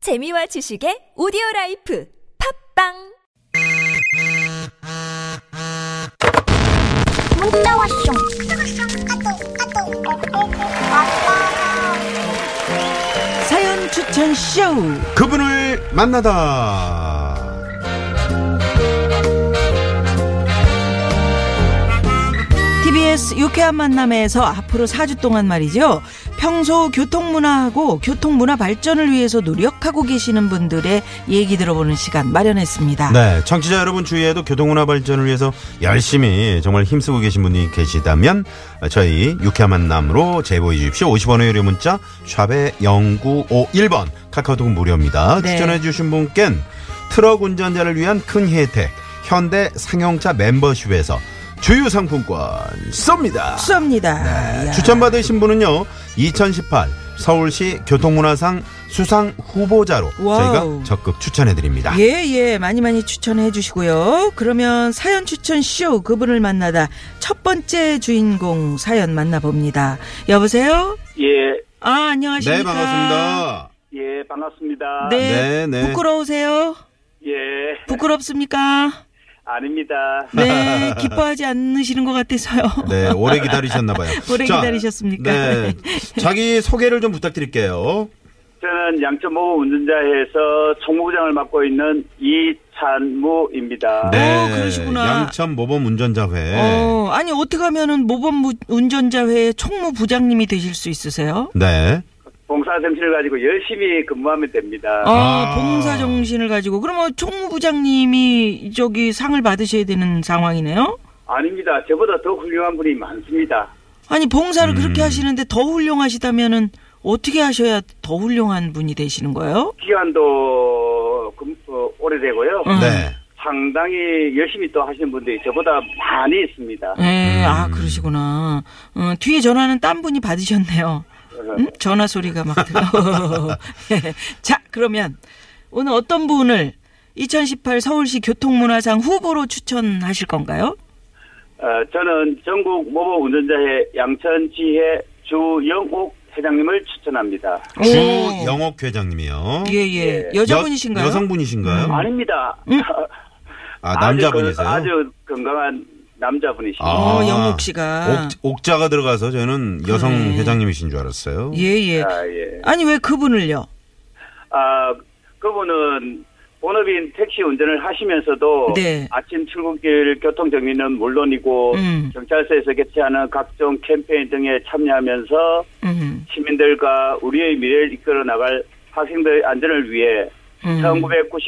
재미와 지식의 오디오 라이프 팝빵 문자 왔쇼. 까똑 까똑. 왔다. 사연 추천 쇼. 그분을 만나다. TBS 유쾌한 만남에서 앞으로 4주 동안 말이죠. 평소 교통문화하고 교통문화 발전을 위해서 노력하고 계시는 분들의 얘기 들어보는 시간 마련했습니다. 네, 청취자 여러분 주위에도 교통문화 발전을 위해서 열심히 정말 힘쓰고 계신 분이 계시다면 저희 유쾌한 만남으로 제보해 주십시오. 50원의 유료 문자 샵에 0951번 카카오톡 무료입니다. 네. 추천해 주신 분께는 트럭 운전자를 위한 큰 혜택 현대 상용차 멤버십에서 주유 상품권 쏩니다. 수합니다. 이야. 네, 추천받으신 분은요 2018 서울시 교통문화상 수상 후보자로 와우. 저희가 적극 추천해드립니다. 예, 예. 많이 많이 추천해 주시고요. 그러면 사연 추천 쇼 그분을 만나다 첫 번째 주인공 사연 만나봅니다. 여보세요? 예, 아, 안녕하십니까. 네 반갑습니다. 예, 반갑습니다. 네. 네, 네. 부끄러우세요? 예, 부끄럽습니까? 아닙니다. 네, 기뻐하지 않으시는 것 같아서요. 네 오래 기다리셨나봐요. 오래 기다리셨습니까? 네 자기 소개를 좀 부탁드릴게요. 저는 양천모 운전자에서 총무장을 맡고 있는 이찬무입니다. 네. 그러시구나. 양천 모범 운전자회. 어, 아니 어떻게 하면은 모범 무- 운전자회 총무 부장님이 되실 수 있으세요? 네. 봉사 정신을 가지고 열심히 근무하면 됩니다. 아, 아. 봉사 정신을 가지고 그러면 총무 부장님이 저기 상을 받으셔야 되는 상황이네요. 아닙니다. 저보다 더 훌륭한 분이 많습니다. 아니 봉사를 그렇게 하시는데 더 훌륭하시다면은 어떻게 하셔야 더 훌륭한 분이 되시는 거예요? 기간도 금- 어, 오래되고요. 음. 네. 상당히 열심히 또 하시는 분들이 저보다 많이 있습니다. 예, 음. 아 그러시구나. 어, 뒤에 전화는 딴 분이 받으셨네요. 음? 전화 소리가 막 들려. 예. 자, 그러면 오늘 어떤 분을 2018 서울시 교통문화상 후보로 추천하실 건가요? 어, 저는 전국 모범 운전자회 양천지회 주영옥 회장님을 추천합니다. 주영옥 회장님이요. 어. 예, 예. 여자분이신가요? 여, 성분이신가요 음. 아닙니다. 아 남자분이세요? 아주, 그- 아주 건강한 남자분이시죠. 아. 어, 영옥 그, 씨가. 옥, 자가 들어가서 저는 여성 회장님이신 줄 알았어요. 네. 예, 예. 아, 예. 아니, 왜 그분을요? 아, 그분은 본업인 택시 운전을 하시면서도 네. 아침 출근길 교통정리는 물론이고 음. 경찰서에서 개최하는 각종 캠페인 등에 참여하면서 음, 시민들과 우리의 미래를 이끌어 나갈 학생들의 안전을 위해 음.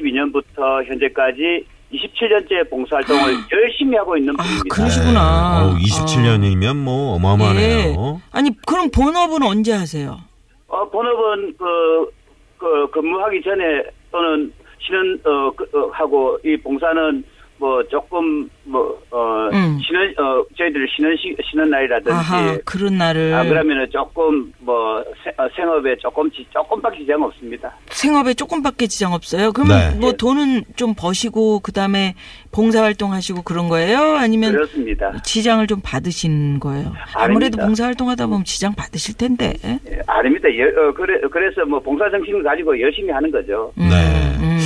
1992년부터 현재까지 27년째 봉사활동을 열심히 하고 있는 아, 분입니다. 그러시구나. 네. 어우, 27년이면 뭐 어마어마하네요. 예. 아니, 그럼 본업은 언제 하세요? 어, 본업은 그, 그 근무하기 전에 또는 쉬는 어, 그, 어, 하고 이 봉사는 뭐 조금 뭐어 음. 쉬는 어 저희들 쉬는 시, 쉬는 날이라든지 네, 예. 아하, 그런 날을. 네. 아 그러면은 조금 뭐 세- 어, 생업에 조금 지- 조금밖에 지장 없습니다. 생업에 조금밖에 지장 없어요. 그러면 네. 뭐 돈은 좀 버시고 그다음에 봉사 활동하시고 그런 거예요? 아니면 그렇습니다. 지장을 좀 받으신 거예요? 아무래도 아닙니다. 봉사 활동하다 보면 지장 받으실 텐데. 음. 예, 아닙니다. 예, 어, 그래 그래서 뭐 봉사 정신을 가지고 열심히 하는 거죠. 음, 네. 음.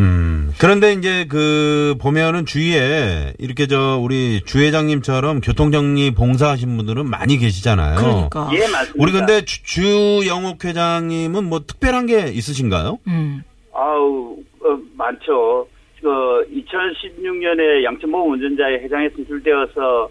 음. 그런데 이제 그 보면은 주위에 이렇게 저 우리 주 회장님처럼 교통정리 봉사하신 분들은 많이 계시잖아요. 그러니까. 예 맞습니다. 우리 근데 주, 주영옥 회장님은 뭐 특별한 게 있으신가요? 음. 아우 어, 많죠. 그 2016년에 양천보험 운전자의 해당에 선출되어서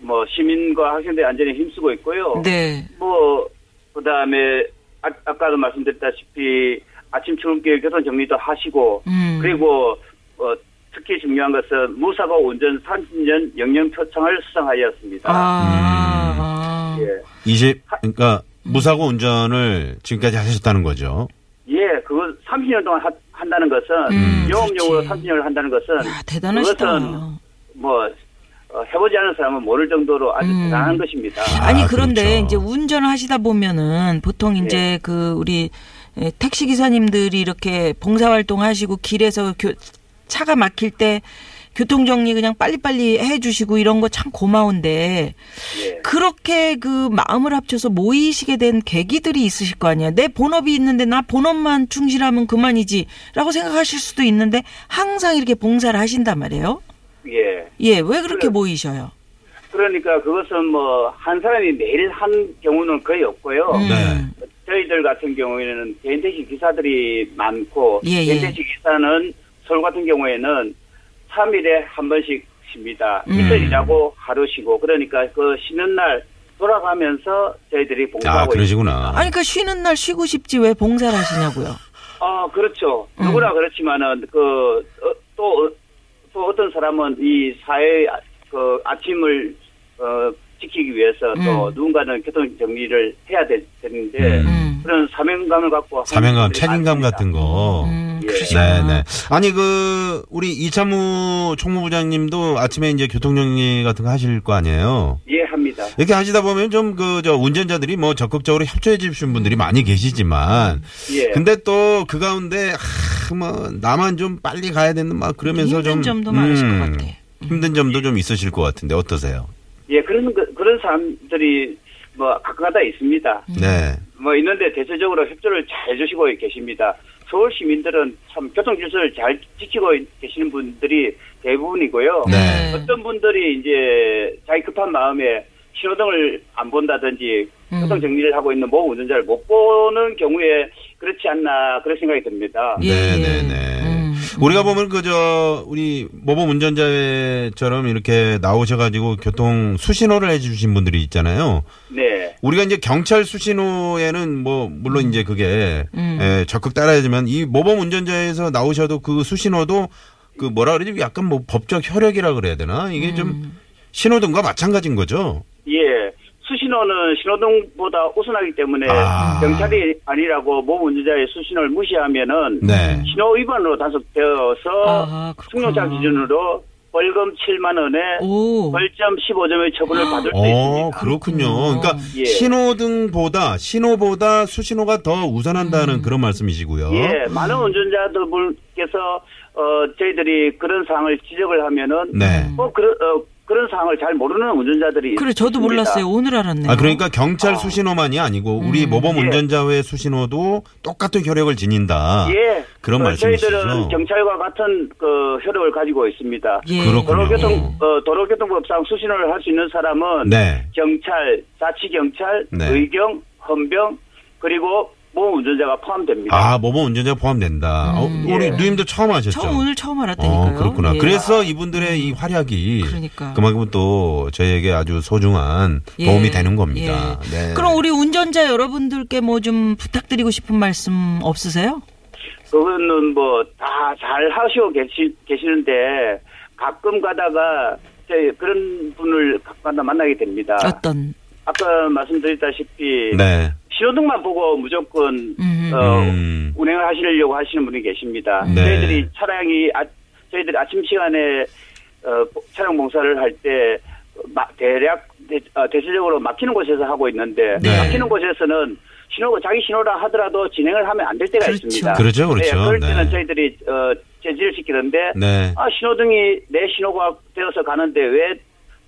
뭐 시민과 학생들의 안전에 힘쓰고 있고요. 네. 뭐 그다음에 아, 아까도 말씀드렸다시피 아침 출근길 교통 정리도 하시고 음. 그리고 어, 특히 중요한 것은 무사고 운전 30년 영영 표창을 음. 수상하였습니다. 아. 아. 예. 20 그러니까 무사고 운전을 지금까지 하셨다는 거죠. 예, 그거 30년 동안 하- 한다는 것은 음, 영업용으로 그렇지. 30년을 한다는 것은 야, 대단하시다. 그것은 뭐 어, 해보지 않은 사람은 모를 정도로 아주 음. 대단한 것입니다. 아니 아, 그런데 그렇죠. 이제 운전을 하시다 보면은 보통 이제 그 우리 에, 택시 기사님들이 이렇게 봉사 활동 하시고 길에서 교- 차가 막힐 때 교통정리 그냥 빨리빨리 해주시고 이런 거 참 고마운데 예. 그렇게 그 마음을 합쳐서 모이시게 된 계기들이 있으실 거 아니에요. 내 본업이 있는데 나 본업만 충실하면 그만이지라고 생각하실 수도 있는데 항상 이렇게 봉사를 하신단 말이에요. 예. 예, 왜 그렇게 그래. 모이셔요? 그러니까 그것은 뭐 한 사람이 매일 한 경우는 거의 없고요. 음. 네. 저희들 같은 경우에는 개인 택시 기사들이 많고 예, 개인 예. 택시 기사는 서울 같은 경우에는 3일에 한 번씩 쉽니다. 음. 이틀이라고 하루 쉬고 그러니까 그 쉬는 날 돌아가면서 저희들이 아, 봉사하고 있- 그러시구나. 아니 그 쉬는 날 쉬고 싶지 왜 봉사를 하시냐고요. 아, 그렇죠. 음. 누구나 그렇지만은 그 또또 또 어떤 사람은 이 사회 아- 그 아침을 어, 지키기 위해서 또 음. 누군가는 교통 정리를 해야 되, 는데 음. 그런 사명감을 갖고 사명감, 하는 분들이 책임감 많습니다. 같은 거. 음, 예. 네, 그러시구나. 네. 아니 그 우리 이참우 총무부장님도 아침에 이제 교통정리 같은 거 하실 거 아니에요. 예, 합니다. 이렇게 하시다 보면 좀 그 저 운전자들이 뭐 적극적으로 협조해 주신 분들이 많이 계시지만 예. 근데 또 그 가운데 하, 뭐 나만 좀 빨리 가야 되는 막 그러면서 힘든 좀 음, 점도 많으실 것 같아. 힘든 점도 좀 있으실 것 같은데 어떠세요? 예, 그런, 그- 그런 사람들이 뭐 가끔가다 있습니다. 음. 네. 뭐 있는데 대체적으로 협조를 잘 해주시고 계십니다. 서울 시민들은 참 교통 질서를 잘 지키고 계시는 분들이 대부분이고요. 네. 어떤 분들이 이제 자기 급한 마음에 신호등을 안 본다든지 음. 교통 정리를 하고 있는 모 운전자를 못 보는 경우에 그렇지 않나 그런 생각이 듭니다. 예, 네, 네, 예. 네. 음. 우리가 보면 그저 우리 모범 운전자처럼 이렇게 나오셔가지고 교통 수신호를 해주신 분들이 있잖아요. 예. 네. 우리가 이제 경찰 수신호에는 뭐 물론 이제 그게 음. 예, 적극 따라야지만 이 모범 운전자에서 나오셔도 그 수신호도 그 뭐라 그러지 약간 뭐 법적 혈액이라 그래야 되나 이게 음. 좀 신호등과 마찬가지인 거죠. 예. 수신호는 신호등보다 우선하기 때문에 아. 경찰이 아니라고 모범 운전자의 수신호를 무시하면은 음. 네. 신호 위반으로 단속되어서 아, 그렇구나. 승용차 기준으로 벌금 7만 원에 오. 벌점 15점의 처분을 받을 수 어 있습니다. 그렇군요. 음. 그러니까 예. 신호등보다 신호보다 수신호가 더 우선한다는 음. 그런 말씀이시고요. 예, 많은 운전자들께서 어 저희들이 그런 사항을 지적을 하면은 네. 뭐 그런 어, 그런 사항을 잘 모르는 운전자들이 그래 저도 있습니다. 몰랐어요. 오늘 알았네요. 예. 음. 아 그러니까 경찰 수신호만이 아니고 우리 모범 예. 운전자회 수신호도 똑같은 혈액을 지닌다. 예, 아, 그런 어, 말씀이시죠. 저희들은 경찰과 같은 그 효력을 가지고 있습니다. 예. 그렇군요. 도로교통 어, 도로교통법상 수신호를 할 수 있는 사람은 네. 경찰, 자치 경찰, 네. 의경, 헌병 그리고 모험 운전자가 포함됩니다. 아, 모범 운전자 포함된다. 어, 우리 예. 누님도 처음 음, 하셨죠? 처음 오늘 처음 알았다니까요. 어, 그렇구나. 예. 그래서 이분들의 이 활약이 그러니까. 만큼또 저희에게 아주 소중한 예. 도움이 되는 겁니다. 예. 네. 그럼 우리 운전자 여러분들께 뭐 좀 부탁드리고 싶은 말씀 없으세요? 그거는 뭐 다 잘 하시고 계시, 계시는데 가끔 가다가 이제 그런 분을 가끔 가다 만나게 됩니다. 아. 어떤 아까 말씀드렸다시피 네. 신호등만 보고 무조건 음. 어, 음. 운행을 하시려고 하시는 분이 계십니다. 네. 저희들이 차량이 아, 저희들이 아침 시간에 어, 차량 봉사를 할 때 대략 대, 체적으로 막히는 곳에서 하고 있는데 네. 막히는 곳에서는 신호가 자기 신호라 하더라도 진행을 하면 안 될 때가 그렇죠. 있습니다. 그렇죠, 그렇죠. 네, 그럴 때는 네. 저희들이 어, 제지를 시키는데 네. 아, 신호등이 내 신호가 되어서 가는데 왜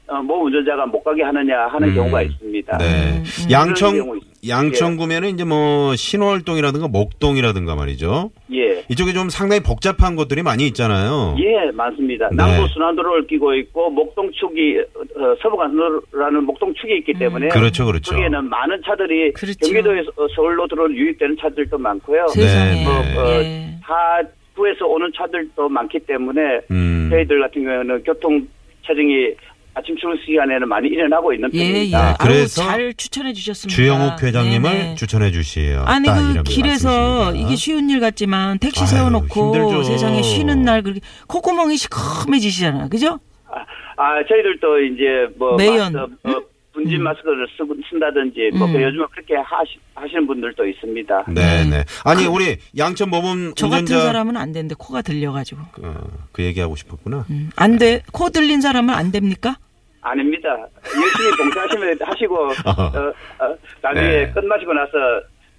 어, 모 운전자가 못 가게 하느냐 하는 음. 경우가 있습니다. 음, 네. 그런 양천 경우 있- 양천구면은 이제 뭐 신월동이라든가 목동이라든가 말이죠. 예. 이쪽에 좀 상당히 복잡한 것들이 많이 있잖아요. 예, 많습니다. 네. 남부 순환도로를 끼고 있고 목동축이 어, 서부간도라는 목동축이 있기 때문에 그렇죠, 그렇죠. 거기에는 많은 차들이 음. 그렇죠. 경기도에서 어, 서울로 들어 유입되는 차들도 많고요. 세상에. 네. 뭐, 어, 예. 하부에서 오는 차들도 많기 때문에 음. 저희들 같은 경우에는 교통 체증이 아침 출근 시간에는 많이 일어나고 있는 예, 예. 편입니다. 아, 그래서 아우, 잘 추천해 주셨습니다. 주영욱 회장님을 네네. 추천해 주시에요. 아니 딱 그 이런 길에서 말씀이십니다. 이게 쉬운 일 같지만 택시 아유, 세워놓고 힘들죠. 세상에 쉬는 날 그렇게 콧구멍이 시커매지시잖아, 그죠? 아, 아, 저희들도 이제 뭐 매연. 마스크, 어, 분진 마스크를 쓰고 쓴다든지 뭐 음. 그 요즘은 그렇게 하시, 하시는 분들도 있습니다. 네, 네. 아니 우리 양천 모범 그 저 같은 운전자 사람은 안 되는데 코가 들려가지고 어, 그 얘기하고 싶었구나. 음, 안 돼. 코 들린 사람은 안 됩니까? 아닙니다. 열심히 봉사하시면 하시고 어, 어, 나중에 네. 끝마시고 나서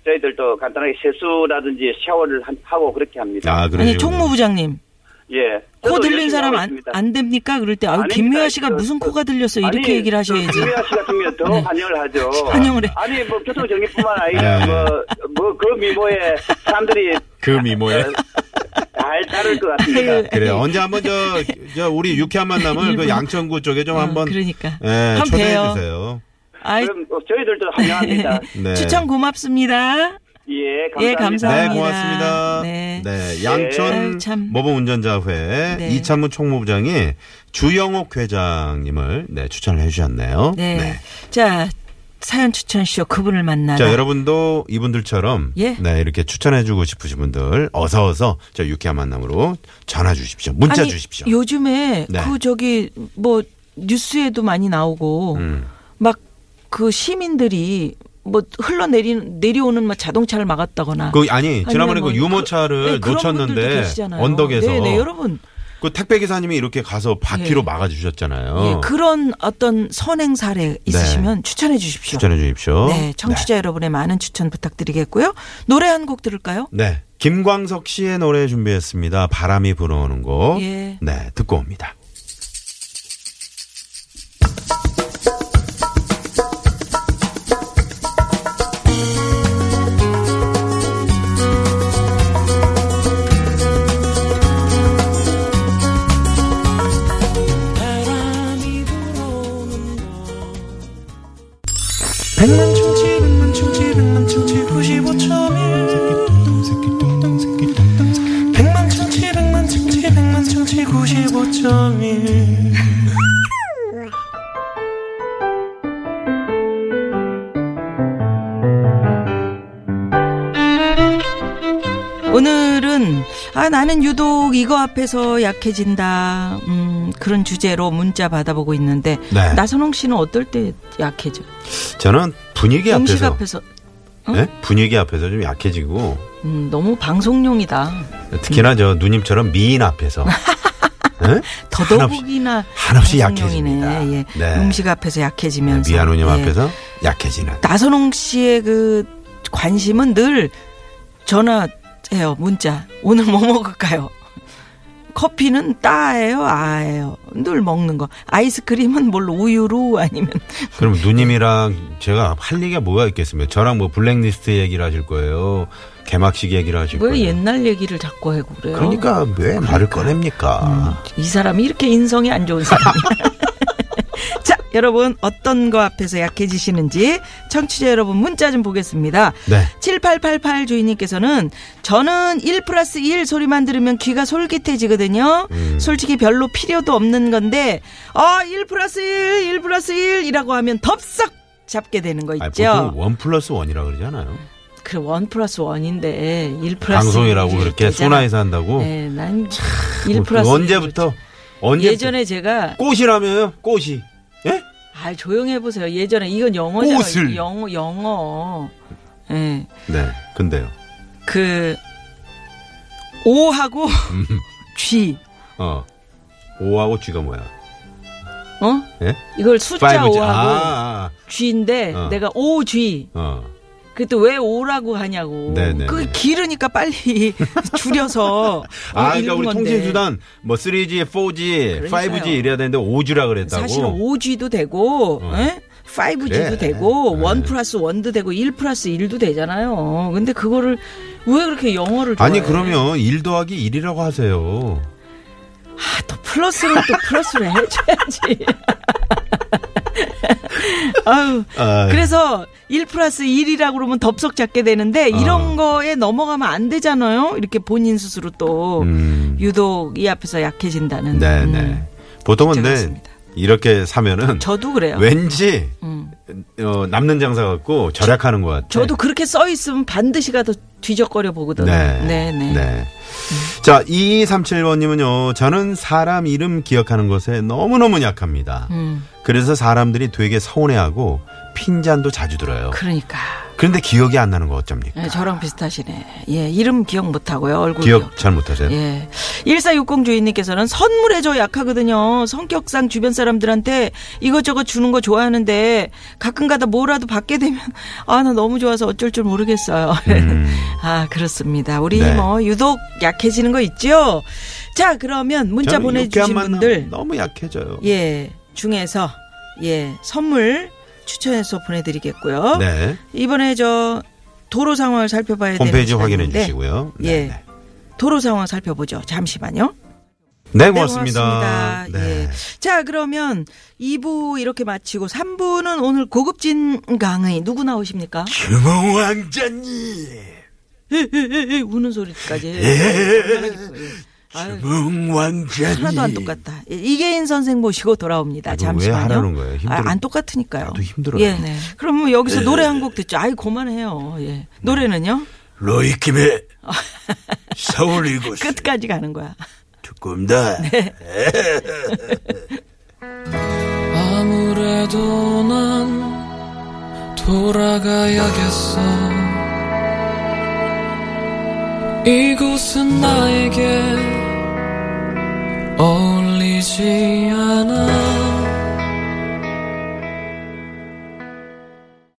저희들도 간단하게 세수라든지 샤워를 한- 하고 그렇게 합니다. 아, 그러시군요. 아니 총무부장님 예. 코 저도 들린 열심히 사람 하고 안, 있습니다. 안 됩니까? 그럴 때, 아유, 아닙니다. 김미화 씨가 저, 무슨 저, 코가 들렸어. 이렇게 아니, 그 얘기를 하셔야지. 김미아 씨 같은 경우는 더 환영을 하죠. 환영을 해. 아니, 뭐, 교통정리뿐만 아니라, 네. 뭐, 뭐, 그 미모에 사람들이 그 미모에. 아, 잘 따를 것 네. 같습니다. 아유, 그래 요 언제 한번 저, 저 우리 유쾌한 만남을 그 양천구 쪽에 좀 어, 한번 그러니까. 예, 한번 초대해 봬요. 주세요. 아이, 그럼 뭐 저희들도 환영합니다. 네. 추천 고맙습니다. 예, 감사합니다. 예, 감사합니다. 네, 고맙습니다. 네. 네. 아유, 양천 참. 모범운전자회 네. 이찬무 총무부장이 주영옥 회장님을 네, 추천을 해주셨네요. 네. 자, 사연 추천쇼 그분을 아, 만나라. 자, 여러분도 이분들처럼 예. 네, 이렇게 추천해주고 싶으신 분들 어서 어서 저 유쾌한 만남으로 전화 주십시오. 문자 아니, 주십시오. 요즘에 네. 그 저기 뭐 뉴스에도 많이 나오고 음. 막 그 시민들이 뭐 흘러내리는 내려오는 막 자동차를 막았다거나 그 아니 아니면 지난번에 뭐 그 유모차를 그- 네, 그런 분들도 놓쳤는데 계시잖아요. 언덕에서 네, 네, 여러분 그 택배 기사님이 이렇게 가서 바퀴로 예. 막아주셨잖아요. 예, 그런 어떤 선행 사례 있으시면 추천해 주십시오. 네. 추천해 주십시오. 네, 청취자 여러분의 많은 추천 부탁드리겠고요. 노래 한 곡 들을까요? 네. 김광석 씨의 노래 준비했습니다. 바람이 불어오는 곳. 예. 네, 듣고 옵니다. 백만 충치 백만 충치 백만 충치 95.1 백만 충치 백만 충치 백만 충치 95.1 오늘은 아 나는 유독 이거 앞에서 약해진다. 음, 그런 주제로 문자 받아보고 있는데 네. 나선홍 씨는 어떨 때 약해져? 저는 분위기 음식 앞에서 앞에서 예? 분위기 앞에서 좀 약해지고 음, 너무 방송용이다. 음. 특히나 저 누님처럼 미인 앞에서 예? 더더욱이나 한없이 방송용이네. 약해집니다. 예. 네. 음식 앞에서 약해지면서 미안 누님 예. 앞에서 약해지는. 나선홍 씨의 그 관심은 늘 전화해요 문자 오늘 뭐 먹을까요 커피는 따예요 아예요 늘 먹는 거 아이스크림은 뭘로 우유로 아니면 그럼 누님이랑 제가 할 얘기가 뭐가 있겠습니까? 저랑 뭐 블랙리스트 얘기를 하실 거예요. 개막식 얘기를 하실 왜 거예요. 옛날 얘기를 자꾸 하고 그래요 그러니까 왜 말을 꺼냅니까? 이 사람이 이렇게 인성이 안 좋은 사람이야 자 여러분 어떤 거 앞에서 약해지시는지 청취자 여러분 문자 좀 보겠습니다 네. 7888 주인님께서는 저는 1 플러스 1 소리만 들으면 귀가 솔깃해지거든요. 음. 솔직히 별로 필요도 없는 건데, 아, 1 플러스 1, 1 플러스 1이라고 하면 덥석 잡게 되는 거 아니, 있죠. 보통 뭐 원 플러스 원이라 그러잖아요. 그래, 1 플러스 1인데, 1 플러스 방송이라고 그렇게 순화해서 한다고. 네, 난1 플러스 언제부터? 1. 언제 예전에 제가, 꽃이라면요? 꽃이. 예? 아, 조용해 보세요. 예전에, 이건 영어잖아요. 꽃을. 영어, 영어. 예. 네. 근데요. 그, O하고 음. G. 어. 오하고 G가 뭐야? 어? 예? 이걸 숫자 5G. 5하고 아, 아, G인데 어. 내가 5G. 아. 어. 그때 왜 5라고 하냐고. 네네네. 그 길으니까 빨리 줄여서. 아, 어, 그러니까 읽은 우리 건데. 통신 수단 뭐 3G, 4G, 그러니까요. 5G 이래야 되는데 5G라 그랬다고. 사실은 5G도 되고, 어. 예? 5G도 그래. 되고, 네. 1 플러스 1도 되고, 1 플러스 1도 되잖아요. 근데 그거를 왜 그렇게 영어를 좋아해? 아니 그러면 1 더하기 1이라고 하세요. 아, 또 플러스를 또 플러스를 해줘야지. 아유. 아, 그래서 1 플러스 1이라고 그러면 덥석 잡게 되는데 이런 어. 거에 넘어가면 안 되잖아요. 이렇게 본인 스스로 또 음. 유독 이 앞에서 약해진다는. 네, 음. 네. 보통은 근데 걱정했습니다. 이렇게 사면은 저도 그래요. 왠지 음. 어, 남는 장사 같고 절약하는 것 같아요. 저도 그렇게 써 있으면 반드시 가서 뒤적거려 보거든요. 네. 네, 네. 자, 2237번님은요, 저는 사람 이름 기억하는 것에 너무너무 약합니다. 음, 그래서 사람들이 되게 서운해하고 핀잔도 자주 들어요. 그러니까 네, 그런데 기억이 안 나는 거 어쩝니까? 예, 저랑 비슷하시네. 예, 이름 기억 못 하고요. 얼굴 기억. 기억 잘 못하세요? 예. 1460 주인님께서는 선물해줘 약하거든요. 성격상 주변 사람들한테 이것저것 주는 거 좋아하는데 가끔가다 뭐라도 받게 되면 아 나 너무 좋아서 어쩔 줄 모르겠어요. 아 그렇습니다. 우리 음. 네. 뭐 유독 약해지는 거 있죠. 자 그러면 문자 저는 보내주신 유쾌한 만남 분들 너무 약해져요. 예 중에서 예 선물 추천해서 보내드리겠고요. 네. 이번에 저 도로 상황을 살펴봐야 되는 홈페이지 시간인데 확인해 주시고요. 네, 네, 예. 네. 도로 상황 살펴보죠. 잠시만요. 네, 네, 고맙습니다. 네. 고맙습니다. 예. 자, 그러면 2부 이렇게 마치고 3부는 오늘 고급진 강의 누구 나오십니까? 규모 왕자님. 에, 에, 에, 에, 우는 소리까지. 예. 얼마나 기뻐요. 아유, 규모 왕자님. 하나도 안 똑같다. 예, 이계인 선생 모시고 돌아옵니다. 아이고, 잠시만요. 왜 하라는 거예요? 힘들어. 아, 안 똑같으니까요. 나도 힘들어요. 예, 네. 그럼 여기서 노래 한 곡 듣죠. 아이, 그만해요. 예. 노래는요? 로이킴의 서울 이곳 어. 끝까지 네. 가는 거야. 두껍다. 아무래도 난 돌아가야겠어. 이곳은 나에게 어울리지